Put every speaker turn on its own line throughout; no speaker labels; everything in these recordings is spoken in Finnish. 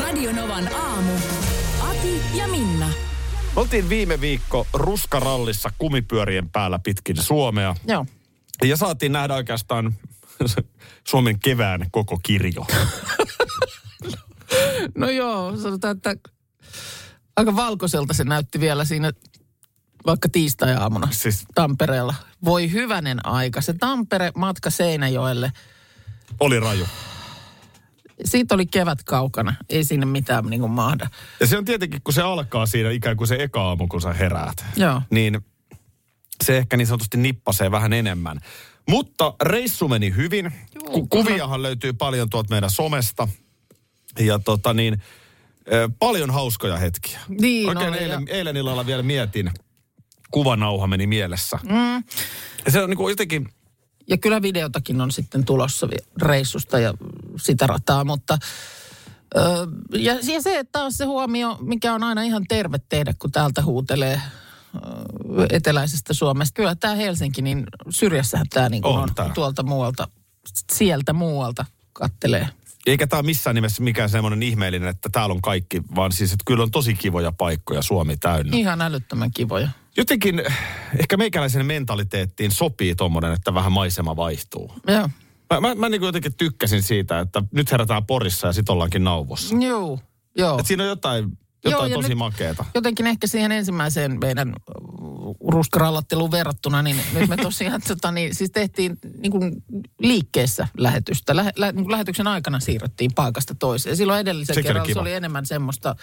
Radionovan aamu. Ati ja Minna.
Me oltiin viime viikko ruskarallissa kumipyörien päällä pitkin Suomea.
Joo.
Ja saatiin nähdä oikeastaan Suomen kevään koko kirjo.
No joo, sanotaan, että aika valkoiselta se näytti vielä siinä vaikka tiistai-aamuna
Siis-
siis. Tampereella. Voi hyvänen aika. Se Tampere-matka Seinäjoelle,
Oli raju.
siitä oli kevät kaukana. Ei sinne mitään niin kuin mahda.
Ja se on tietenkin, kun se alkaa siinä ikään kuin se eka aamu, kun sä heräät.
Joo.
Niin se ehkä niin sanotusti nippasee vähän enemmän. Mutta reissu meni hyvin. Ku- kuviahan löytyy paljon tuolta meidän somesta. Ja tota niin, ö, paljon hauskoja hetkiä.
Niin
Oikein
oli,
eilen, eilen illalla vielä mietin. Kuvanauha meni mielessä. Mm. Ja se on niin kuin jotenkin,
Ja kyllä videotakin on sitten tulossa vi- reissusta ja sitä rataa, mutta... Öö, ja, ja se että taas se huomio, mikä on aina ihan terve tehdä, kun täältä huutelee öö, eteläisestä Suomesta. Kyllä tämä Helsinki, niin syrjässähän tämä niin
On
on,
tää.
on tuolta muualta, sieltä muualta kattelee.
eikä tämä missään nimessä mikään semmoinen ihmeellinen, että täällä on kaikki, vaan siis, että kyllä on tosi kivoja paikkoja Suomi täynnä.
Ihan älyttömän kivoja.
jotenkin ehkä meikäläisen mentaliteettiin sopii tommonen, että vähän maisema vaihtuu.
Joo,
Mä, mä, mä niin jotenkin tykkäsin siitä, että nyt herätään Porissa ja sit ollaankin nauvossa.
joo, joo.
Et siinä on jotain,
Joo,
jotain
ja
tosi
nyt-
makeeta.
jotenkin ehkä siihen ensimmäiseen meidän ruskarallatteluun verrattuna, niin nyt me tosiaan tota, niin, siis tehtiin niin kuin liikkeessä lähetystä. Lähe, lä, niin kuin lähetyksen aikana siirryttiin paikasta toiseen. Silloin edellisen
Sekin oli
kerralla se
kiva.
oli enemmän semmoista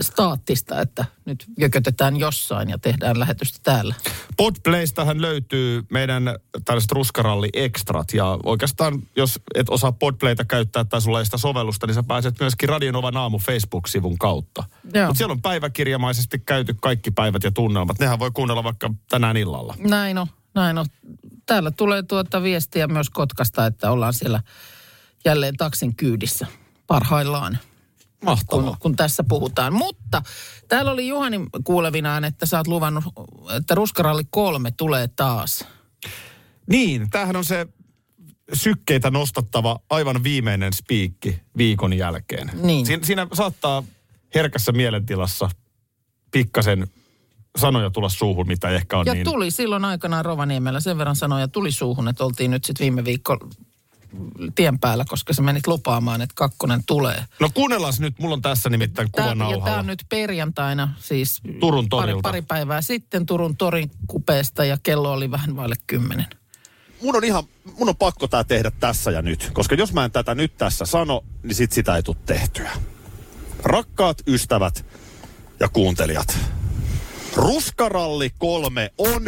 staattista, että nyt jökötetään jossain ja tehdään lähetystä täällä.
Podplaystähän löytyy meidän tällaiset ruskaralli ekstrat ja oikeastaan jos et osaa Podplaytä käyttää tai sulla ei sitä sovellusta, niin sä pääset myöskin Radionovan aamu Facebook-sivun kautta.
Joo.
Mutta siellä on päiväkirjamaisesti käyty kaikki päivät ja tunnelmat. Nehän voi kuunnella vaikka tänään illalla.
Näin on, näin on. Täällä tulee tuota viestiä myös Kotkasta, että ollaan siellä jälleen taksin kyydissä parhaillaan.
Mahtavaa.
kun, kun tässä puhutaan. Mutta täällä oli Juhani kuulevinaan, että sä oot luvannut, että Ruskaralli kolme tulee taas.
Niin, tämähän on se sykkeitä nostattava aivan viimeinen spiikki viikon jälkeen.
Niin.
Siin, siinä saattaa herkässä mielentilassa pikkasen sanoja tulla suuhun, mitä ei ehkä on
Ja
niin.
tuli silloin aikanaan Rovaniemellä sen verran sanoja tuli suuhun, että oltiin nyt sitten viime viikko tien päällä, koska sä menit lupaamaan, että kakkonen tulee.
No kuunnellaan nyt, mulla on tässä nimittäin
Tää,
kuva
ja tämä
nauhalla.
on nyt perjantaina, siis
Turun
pari,
torilta.
pari päivää sitten Turun torin kupeesta ja kello oli vähän vaille kymmenen.
mun on ihan, mun on pakko tää tehdä tässä ja nyt. Koska jos mä en tätä nyt tässä sano, niin sit sitä ei tule tehtyä. Rakkaat ystävät ja kuuntelijat. Ruskaralli kolme on...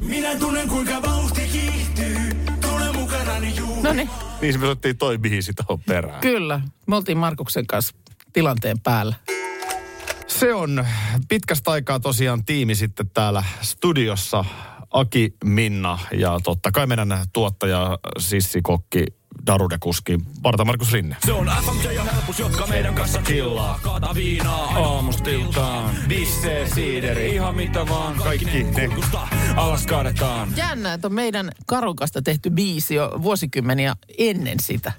Minä tunnen kuinka vauhti kiihtyy. Tule mukanani juu.
No niin,
Niin se me soittiin toi biisi tuohon perään.
kyllä. Me oltiin Markuksen kanssa tilanteen päällä.
Se on pitkästä aikaa tosiaan tiimi sitten täällä studiossa. Aki, Minna ja totta kai meidän tuottaja, Sissi Kokki, Darudekuski, Varta Markus Rinne.
Se on FMJ ja helpus, jotka meidän kanssa chillaa. Kaata viinaa aamustiltaan. Bisse, siideri, ihan mitä vaan.
Kaikki ne.
kurkusta alas kaadetaan.
Jännä, että on meidän Karukasta tehty biisi jo vuosikymmeniä ennen sitä.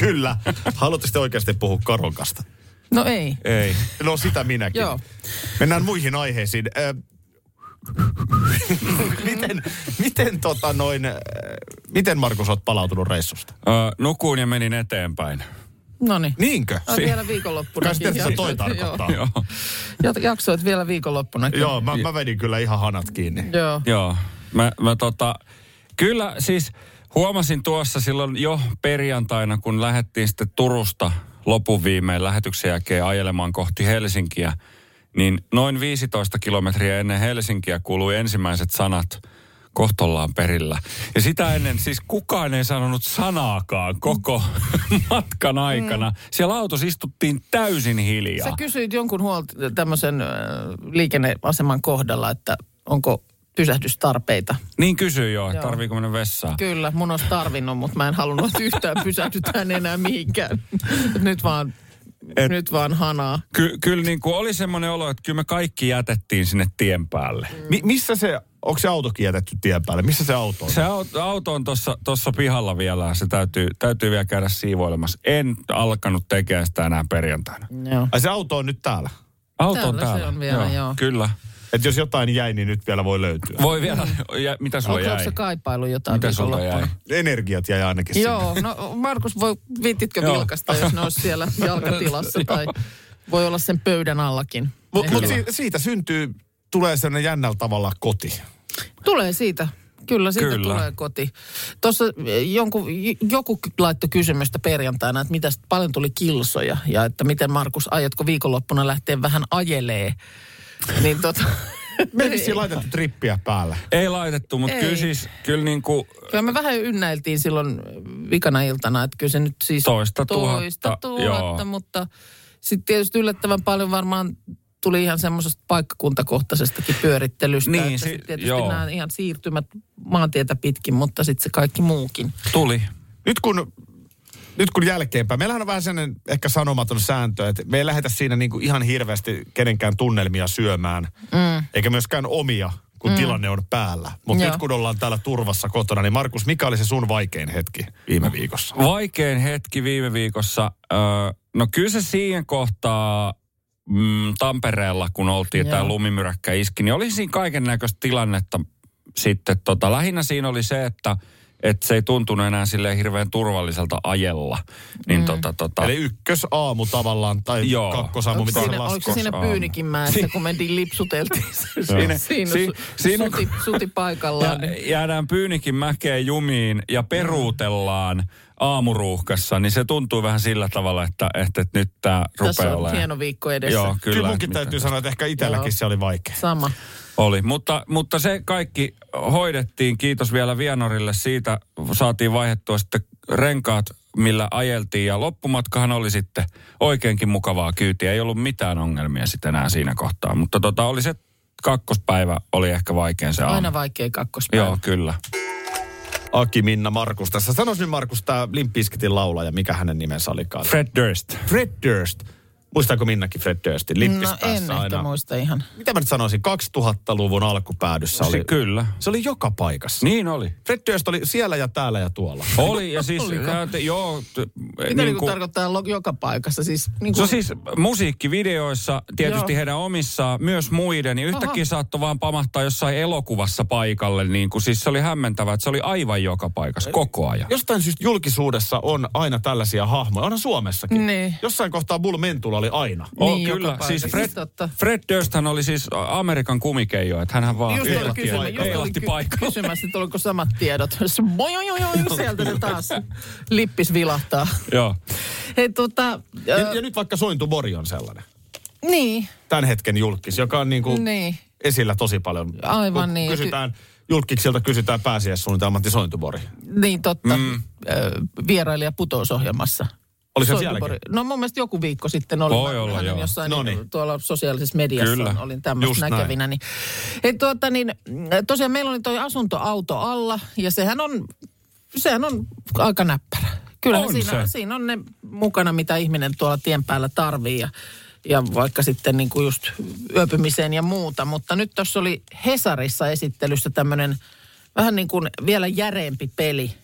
Kyllä. Haluatte sitten oikeasti puhua Karokasta?
No ei.
Ei. No sitä minäkin.
Joo.
Mennään muihin aiheisiin. Ö, miten, miten tota noin, ö, miten Markus oot palautunut reissusta?
Ö, nukuin ja menin eteenpäin.
No niin.
Niinkö?
On vielä viikonloppuna.
Kai sitten se toi tarkoittaa.
Joo.
Jaksoit vielä viikonloppuna.
Joo, niin. mä, mä vedin kyllä ihan hanat kiinni.
Joo.
Joo. Mä, mä tota, kyllä siis huomasin tuossa silloin jo perjantaina, kun lähdettiin sitten Turusta lopuviimein lähetyksen jälkeen ajelemaan kohti Helsinkiä, niin noin 15 kilometriä ennen Helsinkiä kuului ensimmäiset sanat kohtollaan perillä. Ja sitä ennen siis kukaan ei sanonut sanaakaan koko matkan aikana. Siellä autossa istuttiin täysin hiljaa.
Sä kysyit jonkun huolt- tämmöisen ö, liikenneaseman kohdalla, että onko pysähdystarpeita.
Niin kysyy joo, että
Joo.
tarviiko mennä vessaan.
Kyllä, mun olisi tarvinnut, mutta mä en halunnut että yhtään pysähdytään enää mihinkään. Nyt vaan, Et... nyt vaan hanaa.
Ky- kyllä niin kuin oli semmoinen olo, että kyllä me kaikki jätettiin sinne tien päälle.
Mi- missä se, onko se autokin jätetty tien päälle? Missä se auto on?
Se auto, auto on tuossa pihalla vielä, se täytyy, täytyy vielä käydä siivoilemassa. En alkanut tekemään sitä enää perjantaina.
Joo.
Ai se auto on nyt täällä.
Auto on
Täällä se
täällä.
on vielä, joo.
Kyllä.
Että jos jotain jäi, niin nyt vielä voi löytyä.
Voi vielä, ja, mitä sulla
Onko
jäi?
se kaipailu jotain
Mitä sulla jäi?
viikonloppuna?
Energiat jäi ainakin sinne.
Joo, no Markus, voi, viittitkö
Joo.
vilkasta, jos ne olisi siellä jalkatilassa tai voi olla sen pöydän allakin.
Mutta mut
Ehkä.
si- siitä syntyy, tulee sellainen jännällä tavalla koti.
Tulee siitä. Kyllä, siitä
Kyllä.
Kyllä. tulee koti. Tuossa jonku, joku laittoi kysymystä perjantaina, että mitäs, paljon tuli kilsoja ja että miten Markus, aiotko viikonloppuna lähteä vähän ajelee? Niin tota...
Me ei vissiin laitettu trippiä päällä.
Ei laitettu, mutta
Ei.
kyllä siis, kyllä niin kuin,
Kyllä me vähän ynnäiltiin silloin vikana iltana, että kyllä se nyt siis
Toista
toista
tuhatta, joo.
tuhatta mutta sitten tietysti yllättävän paljon varmaan tuli ihan semmoisesta paikkakuntakohtaisestakin pyörittelystä.
Niin,
että
si-
sit tietysti
joo.
nämä ihan siirtymät maantietä pitkin, mutta sitten se kaikki muukin.
tuli.
Nyt kun, nyt kun jälkeenpäin, meillähän on vähän sellainen ehkä sanomaton sääntö, että me ei lähetä siinä niinku ihan hirveästi kenenkään tunnelmia syömään, mm. eikä myöskään omia, kun mm. tilanne on päällä. Mutta
Joo.
nyt kun ollaan täällä turvassa kotona, niin Markus, mikä oli se sun vaikein hetki viime viikossa?
Vaikein hetki viime viikossa. Öö, no kyllä se siihen kohtaa mm, Tampereella, kun oltiin,
Joo.
tämä lumimyräkkä iski, niin oli siinä kaiken näköistä tilannetta sitten. Tota, lähinnä siinä oli se, että et se ei tuntunut enää silleen hirveän turvalliselta ajella. Niin mm. tota, tota,
Eli ykkösaamu tavallaan, tai
Joo.
Joo. kakkosaamu,
Onko
mitä se
siinä, oliko se
laskoo.
siinä
Aamu.
Pyynikinmäessä, kun mentiin lipsuteltiin
Siinä-
siinä, siinä,
si-
si,
siinä-
siinä suti, suti paikallaan? niin-
ja, jäädään pyynikin mäkeen jumiin ja peruutellaan aamuruuhkassa, niin se tuntuu vähän sillä tavalla, että, että että nyt tämä
Tässä
rupeaa
on
olemaan.
hieno viikko edessä.
Joo, kyllä.
Kyllä, Kyllä munkin
Mitä-
täytyy sanoa, että ehkä itselläkin
Joo.
se oli vaikea.
Sama.
Oli, mutta, mutta se kaikki hoidettiin. Kiitos vielä Vienorille siitä. Saatiin vaihdettua sitten renkaat, millä ajeltiin. Ja loppumatkahan oli sitten oikeinkin mukavaa kyytiä. Ei ollut mitään ongelmia sitten enää siinä kohtaa. Mutta tota, oli se kakkospäivä, oli ehkä vaikein se aamu.
Aina vaikea kakkospäivä. No,
Joo, kyllä.
Aki, Minna, Markus tässä. Sanois nyt Markus, tämä Limp Bizkitin laulaja, mikä hänen nimensä olikaan?
Fred Durst.
Fred Durst. Muistaako Minnakin Fred Durstin? Lippis
No en
päässä
ehkä
aina.
muista ihan.
Mitä mä nyt sanoisin? 2000-luvun alkupäädyssä
Se,
oli.
kyllä.
Se oli joka paikassa.
Niin oli.
Fred Durst oli siellä ja täällä ja tuolla.
Oli ja siis... Ää, te, joo, t,
Mitä niin kuin tarkoittaa lo- joka paikassa? Siis, niin
Se on
kuin,
siis musiikkivideoissa, tietysti Joo.
Joo.
heidän omissaan, myös muiden, niin yhtäkkiä saattoi vaan pamahtaa jossain elokuvassa paikalle. Niin kuin, siis se oli hämmentävää, että se oli aivan joka paikassa koko ajan.
Jostain syystä julkisuudessa on aina tällaisia hahmoja. Onhan Suomessakin.
Niin.
Jossain kohtaa Bull Mentula oli aina.
Oh,
Niin, joka
kyllä. Siis
paikassa.
Fred,
Siis totta.
Fred Dursthän oli siis Amerikan kumikeijo, että hänhän vaan
Just oli
heilahti-
kysymys, just oli
heilahti
ky-
paikalla.
kysymässä, että oliko samat tiedot. Bojojojoin, sieltä se taas lippis vilahtaa.
Joo.
Hei, tota,
Ja,
äh,
ja nyt vaikka Sointu Bori on sellainen.
niin,
Tämän hetken julkis, joka on niinku
Niin.
esillä tosi paljon.
Aivan
Kun
niin.
Kysytään, julkiksilta kysytään pääsiäissuunnitelmat, niin Sointu Bori.
niin totta, mm. äh, vierailija putousohjelmassa.
Oli se
Soitupori-
sielläkin?
No mun mielestä joku viikko sitten oli.
Voi
Mä
olla,
hänen
joo.
jossain
Noniin.
Noniin. tuolla sosiaalisessa mediassa
Kyllä.
Kyllä. olin tämmöistä
Just näin.
näkevinä. Niin. Hei, tuota, niin, mm, tosiaan meillä oli toi asuntoauto alla ja sehän on, sehän on aika näppärä. Kyllä
On
siinä,
se.
siinä on ne mukana, mitä ihminen tuolla tien päällä tarvii ja, ja vaikka sitten niin kuin just yöpymiseen ja muuta. Mutta nyt tuossa oli Hesarissa esittelyssä tämmöinen vähän niin kuin vielä järeempi peli.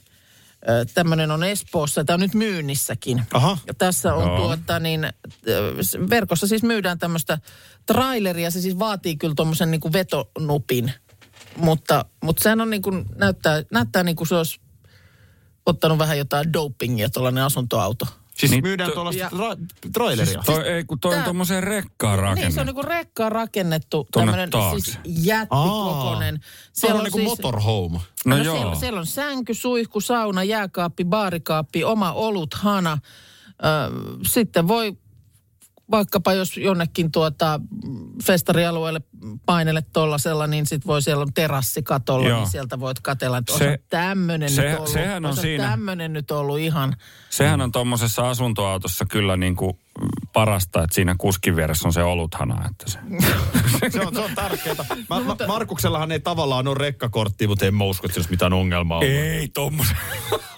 Tämmöinen on Espoossa, tämä on nyt myynnissäkin.
Aha.
Ja tässä on
Joo.
tuota niin, ö, s- verkossa siis myydään tämmöistä traileria, se siis vaatii kyllä tuommoisen niin vetonupin. Mutta, mutta sehän on niin kuin, näyttää, näyttää niin kuin se olisi ottanut vähän jotain dopingia tuollainen asuntoauto.
Siis
Niin,
myydään
to- Siis
tuollaista
ja-
tra- traileria.
Toi, ei, kun toi on
tää-
tuommoiseen rekkaan
Niin, se on
rakennettu.
niin kuin rekkaan rakennettu
Tonne
tämmöinen
taakse.
siis jättikokoinen. siis-
Se on, on niinku motorhome.
No,
No,
joo.
Siellä, siellä on sänky, suihku, sauna, jääkaappi, baarikaappi, oma olut, hana. Ö, sitten voi vaikkapa jos jonnekin tuota mm, festarialueelle painelle tollasella, niin sit voi siellä on terassi katolla,
Joo.
niin sieltä voit katella, että
Se-
se, tämmönen
se-
nyt ollut,
sehän on
osa
siinä.
tämmönen nyt ollut ihan.
Sehän on tuommoisessa asuntoautossa kyllä niin kuin parasta, että siinä kuskin vieressä on se oluthana. Että se.
Se on, se on tärkeää. Mä, mä, Markuksellahan ei tavallaan ole rekkakortti, mutta en mä usko, että siinä olisi mitään ongelmaa.
Ei tuommoisen.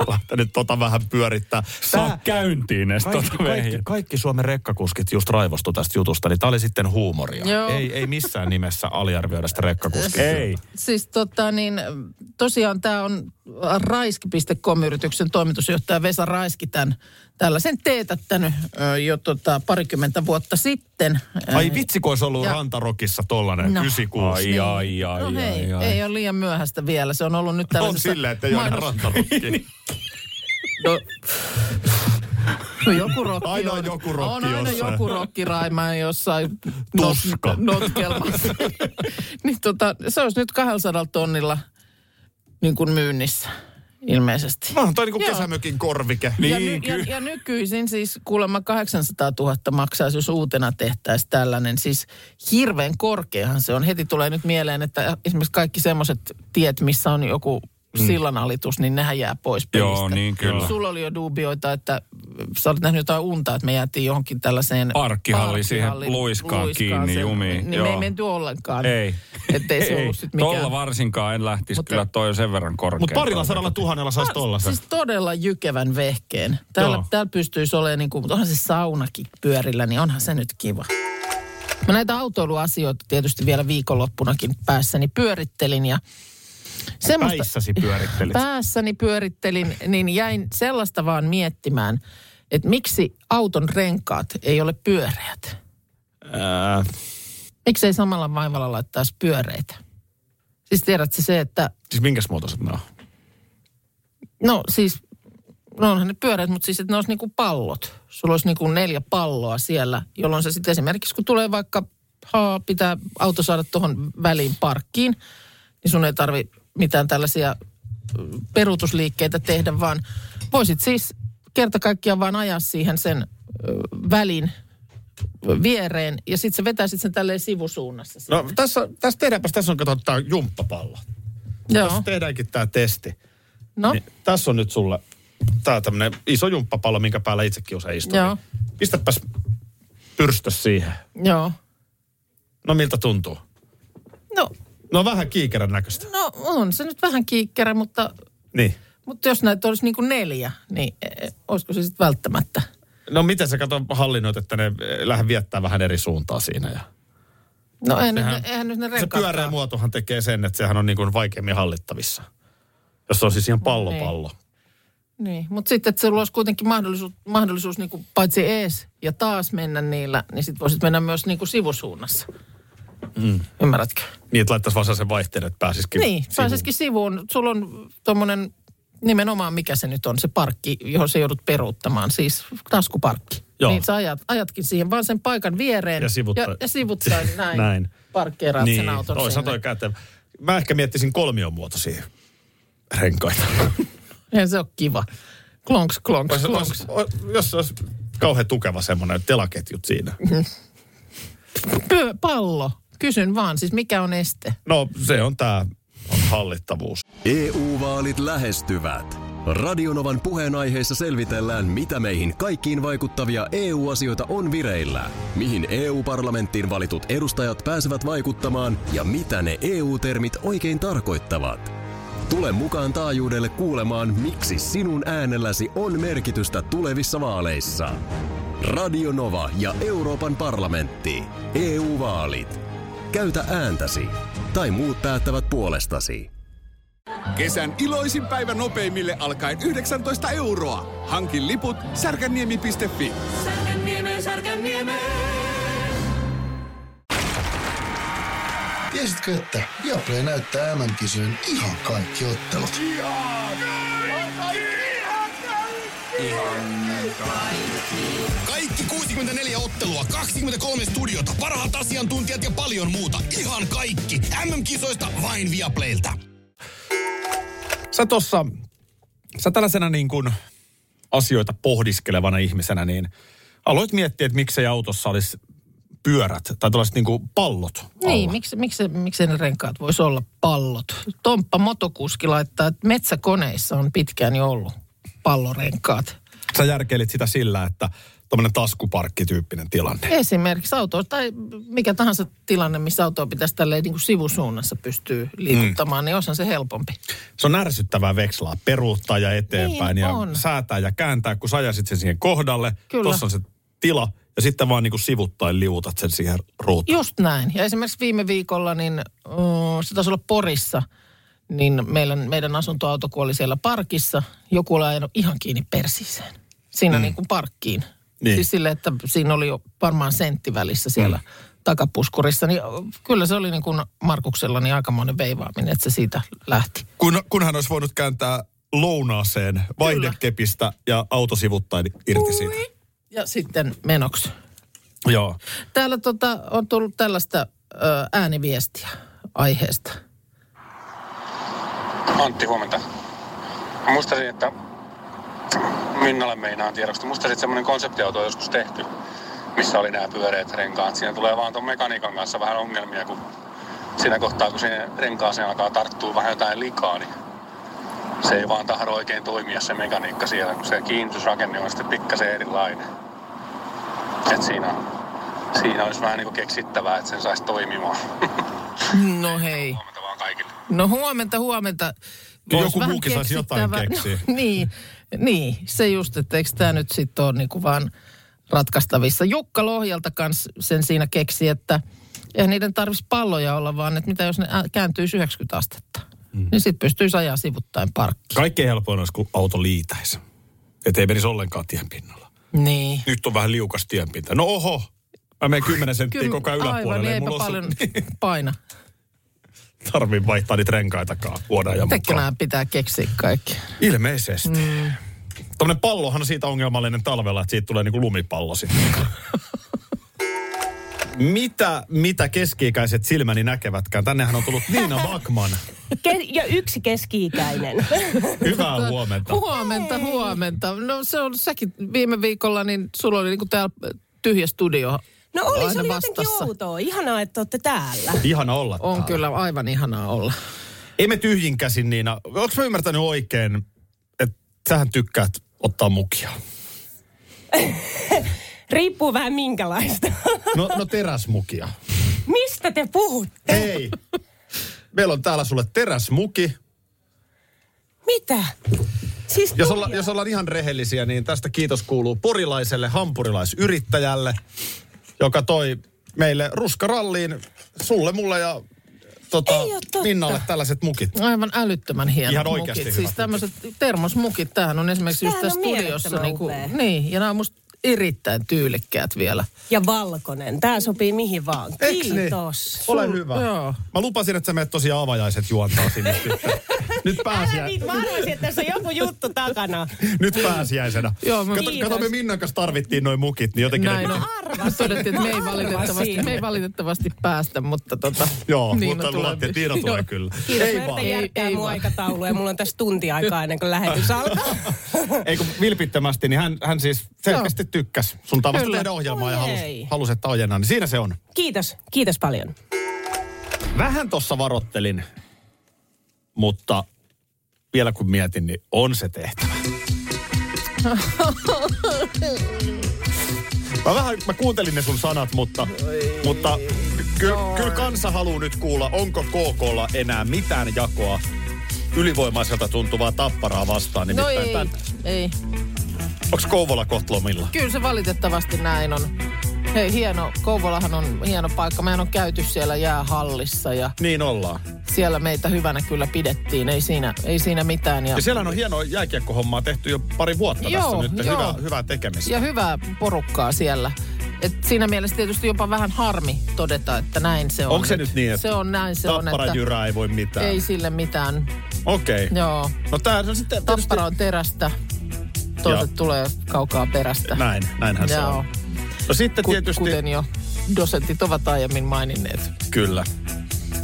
Lähteä nyt tota vähän pyörittää. tota
Saa käyntiin edes
Kaikki,
tuota
kaikki,
vehjettä.
kaikki Suomen rekkakuskit just raivostu tästä jutusta, niin tämä oli sitten huumoria.
Joo.
Ei, ei missään nimessä aliarvioida sitä rekkakuskia.
Ei.
Siis tota niin, tosiaan tämä on raiski.com-yrityksen toimitusjohtaja Vesa Raiski tämän, tällaisen teetättänyt ö, jo tota parikymmentä vuotta sitten.
Ai vitsi, kun olisi ollut ja.
Ja-
rantarokissa tollanen no.
No.
96.
Ai, ai, ai,
no
ai,
hei,
ai.
ei ole liian myöhäistä vielä. Se on ollut nyt
On
tällaisessa...
silleen, että ei ole enää rantarokki.
No, no joku rokki
Aina
on.
joku rokki
On aina
jossain.
joku rokki Raimaan jossain
Tuska.
Not, notkelmassa. niin tota, se olisi nyt 200 tonnilla niin kuin myynnissä ilmeisesti.
No, toi niinku
Joo.
kesämökin korvike.
ja, ny, ja,
Niin, kyllä.
ja nykyisin siis kuulemma 800 000 maksaisi, jos uutena tehtäisiin tällainen. Siis hirveän korkeahan se on. Heti tulee nyt mieleen, että esimerkiksi kaikki semmoiset tiet, missä on joku sillanalitus, niin nehän jää pois pelistä.
Mm. Joo, niin kyllä.
Sulla oli jo dubioita, että sä olet nähnyt jotain unta, että me jäätiin johonkin tällaiseen...
Parkkihalliin, siihen
parkkihallin
luiskaan kiinni
sen-
jumiin,
Niin me ei
joo.
menty ollenkaan.
Ei.
Että ei se ollut sit
Tolla
mikään...
varsinkaan en lähtisi,
Mutta-
kyllä toi on sen verran korkea.
Mutta parilla sadalla tuhannella saisi tollasen.
Siis todella jykevän vehkeen. Täällä,
Joo.
täällä pystyisi olemaan, niin kuin, mutta onhan se saunakin pyörillä, niin onhan se nyt kiva. Mä näitä autoiluasioita tietysti vielä viikonloppunakin päässäni pyörittelin ja semmoista
Päissäsi pyörittelit.
päässäni pyörittelin, niin jäin sellaista vaan miettimään, että miksi auton renkaat ei ole pyöreät?
Ää,
Miksei samalla vaivalla laittaisi pyöreitä? Siis tiedätkö se, että
siis minkäs muotoiset nämä on?
No siis, no onhan ne pyörät, mutta siis että ne olisi niinku pallot. Sulla olisi niinku neljä palloa siellä, jolloin se sitten esimerkiksi kun tulee vaikka, haa, pitää auto saada tuohon väliin parkkiin, niin sun ei tarvi mitään tällaisia mm, peruutusliikkeitä tehdä, vaan voisit siis kerta kaikkiaan vaan ajaa siihen sen ö, välin viereen ja sitten sä vetäisit sen tälleen sivusuunnassa.
No tässä, tässä tehdäänpäs, tässä on kato tää jumppapallo. Tässä
Joo,
tehdäänkin tää testi.
no,
No, Niin, tässä on nyt sulle tää tämmönen iso jumppapallo, minkä päällä itsekin usein istun.
Joo.
Niin pistäpäs pyrstö siihen.
joo.
No miltä tuntuu?
No,
No vähän kiikerän näköistä.
no on se nyt vähän kiikkerä, mutta
Niin.
Mutta jos näitä olisi niin kuin neljä, niin eh, olisiko se sitten välttämättä?
No miten sä kato hallinnoit, että ne eh, lähde viettää vähän eri suuntaa siinä. Ja...
No eihän, nyt, ne- eihän nyt ne
Se
renkaat.
pyöreä muotohan tekee sen, että sehän on niin kuin vaikeammin hallittavissa. Jos se on siis ihan pallopallo.
Niin, mutta sitten, että sulla olisi kuitenkin mahdollisuus, mahdollisuus niin kuin paitsi ees ja taas mennä niillä, niin sitten voisit mennä myös niin kuin sivusuunnassa. Mm. Ymmärrätkö?
Niin, että laittaisi vaan sen vaihteen, että pääsisikin
Niin, pääsisikin sivuun. Sulla on tuommoinen nimenomaan, mikä se nyt on, se parkki, johon sä joudut peruuttamaan, siis taskuparkki.
Joo.
Niin sä ajat, ajatkin siihen vaan sen paikan viereen
Ja sivuttaa-
ja, ja sivuttain näin,
Näin.
näin. parkkeeraat
niin,
sen auton
toisaalta
sinne.
toi käteen. Mä ehkä miettisin kolmiomuotoisia renkaita.
Eihän se ole kiva. Klonks, klonks,
Ois-
klonks.
ois- o- jos se olisi kauhean tukeva semmoinen telaketjut siinä.
Pö, pallo. Kysyn vaan, siis mikä on este?
No se on tää on hallittavuus.
EU-vaalit E lähestyvät. Radionovan puheenaiheessa selvitellään, mitä meihin kaikkiin vaikuttavia EU-asioita on vireillä, mihin EU-parlamenttiin valitut edustajat pääsevät vaikuttamaan ja mitä ne EU-termit oikein tarkoittavat. Tule mukaan taajuudelle kuulemaan, miksi sinun äänelläsi on merkitystä tulevissa vaaleissa. Radio Nova ja Euroopan parlamentti. EU-vaalit. Käytä ääntäsi. Tai muut päättävät puolestasi.
Kesän iloisin päivä nopeimille alkaen 19 euroa. Hankin liput särkänniemi.fi.
Tiesitkö, että Viaplay näyttää MM-kisojen ihan kaikki ottelut?
Kaikki 64 ottelua, 23 studiota, parhaat asiantuntijat ja paljon muuta. Ihan kaikki. MM-kisoista vain Viaplaylta.
Sä tossa, sä tällaisena niin kuin asioita pohdiskelevana ihmisenä, niin aloit miettiä, että miksei autossa olisi pyörät tai tällaiset niin kuin pallot
Niin,
alla.
miksi, miksi, miksi ne renkaat voisi olla pallot? Tomppa Motokuski laittaa, että metsäkoneissa on pitkään jo ollut pallorenkaat.
Sä järkeilit sitä sillä, että tämmöinen taskuparkkityyppinen tilanne.
Esimerkiksi auto tai mikä tahansa tilanne, missä autoa pitäisi tälleen niin kuin sivusuunnassa pystyy liikuttamaan, mm. niin olisihan se helpompi.
Se on ärsyttävää vekslaa peruuttaa ja eteenpäin
Niin
ja
on.
säätää ja kääntää, kun sä ajasit sen siihen kohdalle.
Kyllä.
Tuossa on se tila ja sitten vaan niin kuin sivuttain liuutat sen siihen ruutuun.
Just näin. Ja esimerkiksi viime viikolla, niin uh, se taisi olla Porissa, niin meidän, meidän asuntoauto, kun oli siellä parkissa, joku oli ajanut ihan kiinni persiiseen. Siinä mm. niin kuin parkkiin.
Niin.
Niin. Siis sille, että siinä oli jo varmaan sentti välissä siellä mm. takapuskurissa. Niin ö, kyllä se oli niin kuin Markuksella niin aikamoinen veivaaminen, että se siitä lähti.
Kun, kun hän olisi voinut kääntää lounaaseen vaihdekepistä ja auto sivuttain irti siitä.
Ja sitten menoksi.
Joo.
Täällä tota, on tullut tällaista ö, ääniviestiä aiheesta.
Antti, huomenta. Mä muistasin, että Minnalle meinaan tiedoksi. että Muistasin, että semmoinen konseptiauto on joskus tehty, missä oli nämä pyöreät renkaat. Siinä tulee vaan tuon mekaniikan kanssa vähän ongelmia, kun siinä kohtaa, kun siihen renkaaseen alkaa tarttua vähän jotain likaa, niin se ei vaan tahdo oikein toimia se mekaniikka siellä, kun se kiintysrakenne on sitten pikkasen erilainen. Et siinä, siinä olisi vähän niin kuin keksittävää, että sen saisi toimimaan.
No hei.
Huomenta vaan kaikille.
No huomenta, huomenta.
Joku
Vois vähän
muukin saisi jotain
keksittävä-
keksiä.
No, niin, niin, se just, että eikö tämä nyt sitten ole niinku vaan ratkaistavissa. Jukka Lohjalta kans sen siinä keksi, että eihän niiden tarvitsisi palloja olla, vaan että mitä jos ne ä- kääntyisi 90 astetta. Mm. Niin sitten pystyisi ajaa sivuttain parkkiin.
Kaikkein helpoin olisi, kun auto liitäisi. Että ei menisi ollenkaan tien pinnalla.
Niin.
Nyt on vähän liukas tienpinta. No oho, mä menen 10 senttiä koko ajan
aivan,
yläpuolelle.
niin
ei
eipä
mulla ole
paljon
se-
paina.
tarvii vaihtaa niitä renkaitakaan vuodan ja
Tekkä
mukaan.
nämä pitää keksiä kaikki.
Ilmeisesti. Mm. Tuommoinen pallohan on siitä ongelmallinen talvella, että siitä tulee niinku lumipallo sitten. mitä, mitä keski-ikäiset silmäni näkevätkään? Tännehän on tullut Niina Bakman.
Ke- ja yksi keski-ikäinen.
Hyvää huomenta.
Huomenta, huomenta. No se on, säkin viime viikolla, niin sulla oli niinku täällä tyhjä studio.
No oli, se
aina
oli jotenkin
vastassa.
outoa. Ihanaa, että olette täällä.
Ihana olla
On
täällä.
kyllä aivan ihanaa olla.
Ei me tyhjin käsin, Niina. Onko mä ymmärtänyt oikein, että sähän tykkäät ottaa mukia?
Riippuu vähän minkälaista.
No, no teräsmukia.
Mistä te puhutte?
Hei, meillä on täällä sulle teräsmuki.
Mitä? Siis
Jos, olla,
tulia.
jos ollaan ihan rehellisiä, niin tästä kiitos kuuluu porilaiselle hampurilaisyrittäjälle, joka toi meille ruskaralliin, sulle, mulle ja tota,
Ei oo totta.
Minnalle tällaiset mukit.
Aivan älyttömän hienot
Ihan oikeasti
mukit.
hyvät
Siis
mukit.
tämmöiset termosmukit, tämähän on esimerkiksi just
Tämähän
tässä
on
studiossa.
mielettömän
Niinku,
upea.
niin, ja nämä on musta erittäin tyylikkäät vielä.
Ja valkoinen. Tää sopii mihin vaan.
Eiks niin?
Kiitos.
Ole hyvä.
joo.
Mä lupasin, että sä menet tosiaan avajaiset juontaa sinne. sitten. nyt, pääsiä,
Älä niin. niitä, mä arvasin, että tässä on joku juttu takana.
nyt pääsiäisenä.
Joo, mä-
kato, kato, me
Kiitos.
Minnan kanssa tarvittiin noin mukit, niin jotenkin... ne,
Näin
No
on. Me
Arvasin.
todettiin, että me ei,
Mä
valitettavasti,
arvasin.
me ei valitettavasti päästä, mutta tota...
Joo,
Niina
mutta
tulee.
luvattiin, että Niina tulee kyllä.
Kiitos,
Ei
mä
vaan.
yritän järkkää
Ei- ei
mun
vaan.
aikataulu ja mulla on tässä tunti aikaa ennen kuin lähetys alkaa.
Ei kun vilpittömästi, niin hän, hän siis selkeästi tykkäsi sun tavasta
Kyllä.
tehdä ohjelmaa
Oi
ja halusi,
ei.
halusi, että ojennan. Niin siinä se on.
Kiitos, kiitos paljon.
Vähän tossa varottelin, mutta vielä kun mietin, niin on se tehtävä. Mä vähän, mä kuuntelin ne sun sanat, mutta, mutta kyllä kyl kansa haluaa nyt kuulla, onko KKlla enää mitään jakoa ylivoimaiselta tuntuvaa tapparaa vastaan.
No
Nimittäin
ei,
no
ei.
onko Kouvola kohtlomilla?
Kyllä se valitettavasti näin on. Hei, hieno. Kouvolahan on hieno paikka. Mehän on käyty siellä jäähallissa ja
Niin ollaan.
siellä meitä hyvänä kyllä pidettiin. Ei siinä, ei siinä mitään. Ja,
Ja siellä on hienoa jääkiekkohommaa tehty jo pari vuotta
Joo,
tässä nyt.
joo.
Hyvää, hyvää tekemistä.
ja hyvää porukkaa siellä. Et siinä mielessä tietysti jopa vähän harmi todeta, että näin se on.
Onko se nyt niin, että
Se on näin, se on,
Tappara
että
Jyrää ei voi mitään.
ei sille mitään.
Okei. Okay.
Joo.
No tää on sitten tietysti-
Tappara on terästä, toiset
Joo.
tulee kaukaa perästä.
Näin, näinhän se
Joo.
on. No sitten
Ku-
tietysti...
Kuten niin. jo dosentit ovat aiemmin maininneet.
Kyllä.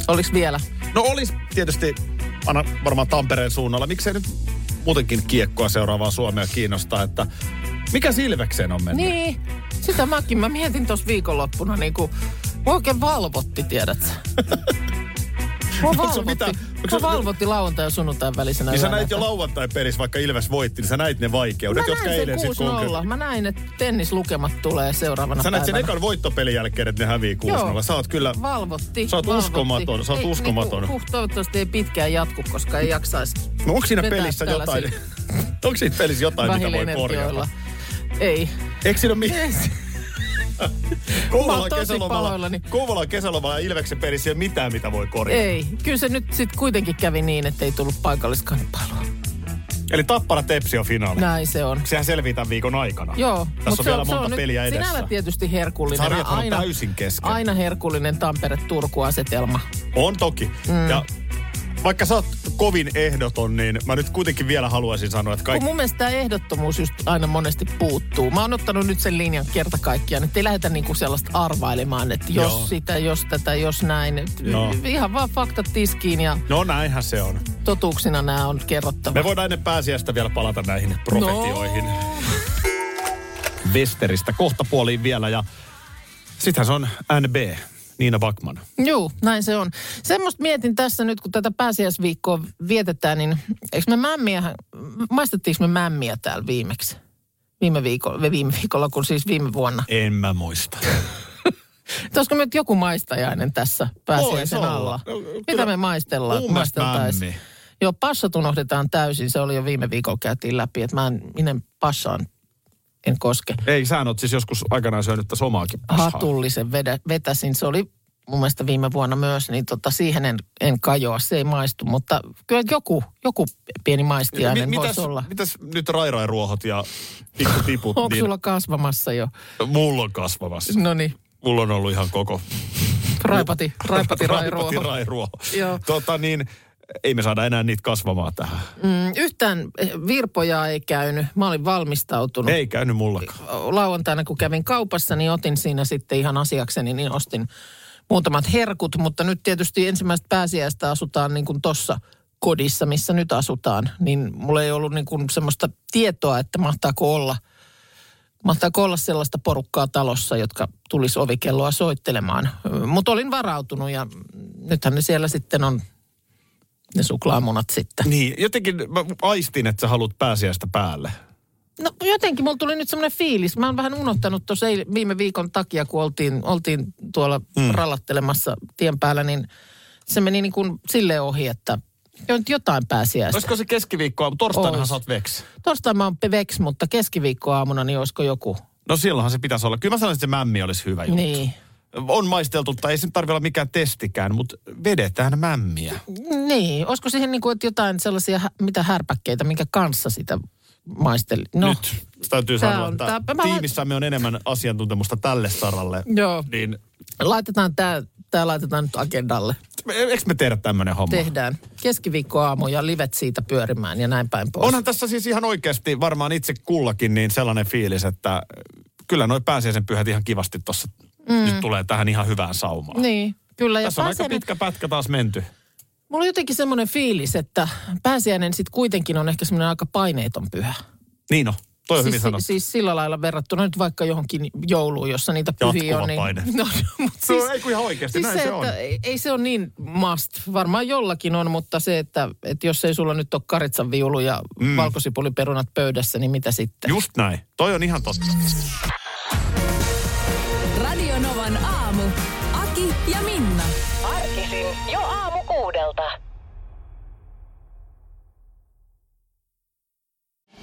Oliko vielä?
No olisi tietysti aina varmaan Tampereen suunnalla. Miksei nyt muutenkin kiekkoa seuraavaa Suomea kiinnostaa, että mikä Silvekseen on mennyt?
Niin, Sitä mäkin. Mä mietin tuossa viikonloppuna niin kuin, mua oikein valvotti, tiedät sä. Mua
Onko se
valvotti,
mitään- onko se-
mua valvotti lauantai ja sunnuntain välisenä
Niin sä
yönä,
näit jo
että-
lauantai peris, vaikka Ilves voitti, niin sä näit ne vaikeudet,
Mä
jotka
näin
eilen
sen
sitten
6-0.
konkreettisesti.
Mä näin, että tennislukemat tulee seuraavana
Sä näit sen
päivänä.
ekan voittopelin jälkeen, että ne hävii 6-0. Sä oot kyllä...
Valvotti.
Sä oot
valvotti.
uskomaton, sä oot
Ei,
uskomaton.
Niin, huh, toivottavasti ei pitkään jatku, koska ei jaksaisi
No onko siinä
vetää
pelissä
tällaisia
jotain? onko siinä pelissä jotain, mitä voi
vähillä
korjata?
energioilla. Ei.
Eikö siinä ole mi-
Mä oon
Kouvolan
tosi
kesälomalla,
pahoillani.
Kouvolan kesälomalla ja Ilveksen pelissä ei ole mitään, mitä voi korjata.
Ei. Kyllä se nyt sitten kuitenkin kävi niin, että ei tullut paikalliskanpailua.
Eli Tappara Tepsi on finaali.
Näin se on.
Sehän selvii tämän viikon aikana.
No. Joo.
Tässä
mut
on
se
vielä
se
monta
nyt
peliä edessä.
Sinällä tietysti herkullinen.
Sarjat on
aina,
täysin kesken.
Aina herkullinen Tampere-Turku-asetelma.
On toki. Mm. Ja vaikka sä oot kovin ehdoton, niin mä nyt kuitenkin vielä haluaisin sanoa, että
Kun
kaikki...
mun mielestä tämä ehdottomuus just aina monesti puuttuu. Mä oon ottanut nyt sen linjan kerta kaikkiaan, että ei lähdetä niinku sellaista arvailemaan, että jos
Joo. No.
sitä, jos tätä, jos näin. Et
Joo.
Ihan vaan faktat tiskiin ja
No näinhän se on.
totuuksina nämä on kerrottava.
Me voidaan ennen pääsiäistä vielä palata näihin profetioihin. No. Westeristä kohta puoliin vielä ja sittenhän se on NB, Niina Bakman.
Joo, näin se on. Semmoista mietin tässä nyt, kun tätä pääsiäisviikkoa vietetään, niin eikö me mämmiä, maistettiinko me mämmiä täällä viimeksi? Viime viikolla, viime viikolla kun siis viime vuonna.
En mä muista.
Olisiko nyt joku maistajainen tässä pääsiäisen
Voisi olla.
alla?
No, kyllä.
Mitä me maistellaan?
Mun mielestä
Maisteltaisiin.
mämmi.
Joo, passat unohdetaan täysin. Se oli jo viime viikolla käytiin läpi, että mä en, minä en passaan, en koske.
Ei, sä oot siis joskus aikanaan syönyt tässä omaakin pashaa.
Hatullisen vedä, vetäsin. Se oli mun mielestä viime vuonna myös, niin tota, siihen en, en kajoa. Se ei maistu, mutta kyllä joku, joku pieni maistiainen
Mi-
voisi olla.
mitäs nyt rairairuohot ja pikkutiput,
Onko
niin
sulla kasvamassa jo?
mulla on kasvamassa.
No niin,
Mulla on ollut ihan koko
raipati, raipati,
raipati
raipati
rairuoho.
Joo.
Tota niin, ei me saada enää niitä kasvamaan tähän.
Mm, yhtään eh, virpoja ei käynyt. Mä olin valmistautunut.
Ei käynyt mullakaan.
lauantaina, kun kävin kaupassa, niin otin siinä sitten ihan asiakseni, niin ostin muutamat herkut, mutta nyt tietysti ensimmäistä pääsiäistä asutaan niin kuin tossa kodissa, missä nyt asutaan, niin mulla ei ollut niin kuin semmoista tietoa, että mahtaako olla, mahtaako olla sellaista porukkaa talossa, jotka tulisi ovikelloa soittelemaan. Mutta olin varautunut ja nythän ne siellä sitten on ne suklaamunat sitten.
Niin, jotenkin mä aistin, että sä haluat pääsiäistä päälle.
No jotenkin mulla tuli nyt semmoinen fiilis. Mä oon vähän unohtanut tuossa eil- viime viikon takia, kun oltiin, oltiin tuolla mm. rallattelemassa tien päällä, niin se meni niin kuin silleen ohi, että jo- nyt jotain pääsiäistä.
Olisiko se keskiviikkoa, mutta torstainahan
Ois.
sä oot veksi.
Torstai mä oon peveks, mutta keskiviikkoaamuna, niin olisiko joku?
No silloinhan se pitäisi olla. Kyllä mä sanoisin, että se mämmi olisi hyvä juttu.
Niin.
On maisteltu, tai ei se nyt tarvitse olla mikään testikään, mutta vedetään mämmiä.
Niin, olisiko siihen niin kuin, että jotain sellaisia, hä- mitä härpäkkeitä, minkä kanssa sitä maisteli? No,
Nyt se täytyy
Tää
sanoa,
on-
että
tää- mä-
tiimissämme on enemmän asiantuntemusta tälle saralle.
Joo.
Niin,
laitetaan tämä, tää laitetaan nyt agendalle.
eikö me tehdä tämmöinen homma?
Tehdään keskiviikkoaamu ja livet siitä pyörimään ja näin päin pois.
Onhan tässä siis ihan oikeasti varmaan itse kullakin niin sellainen fiilis, että kyllä noi pääsiäisen pyhät ihan kivasti tuossa mm. nyt tulee tähän ihan hyvään saumaan.
Niin, kyllä. Ja
Tässä on aika
pääsiäinen-
pitkä pätkä taas menty.
Mulla on jotenkin semmoinen fiilis, että pääsiäinen sitten kuitenkin on ehkä semmoinen aika paineeton pyhä.
Niin on, toi on
siis,
hyvin sanottu.
siis sillä lailla verrattuna nyt vaikka johonkin jouluun, jossa niitä pyhiä
Jatkuva
on. Niin,
paine.
no, mut
No,
siis,
ei kun ihan oikeasti,
siis
näin se on.
että Ei, ei se ole niin must. Varmaan jollakin on, mutta se, että, että jos ei sulla nyt ole karitsan viulu ja mm. valkosipuliperunat pöydässä, niin mitä sitten?
Just näin, toi on ihan totta.
Radio Novan aamu. Aki ja Minna.
Arkisin jo aamu kuudelta.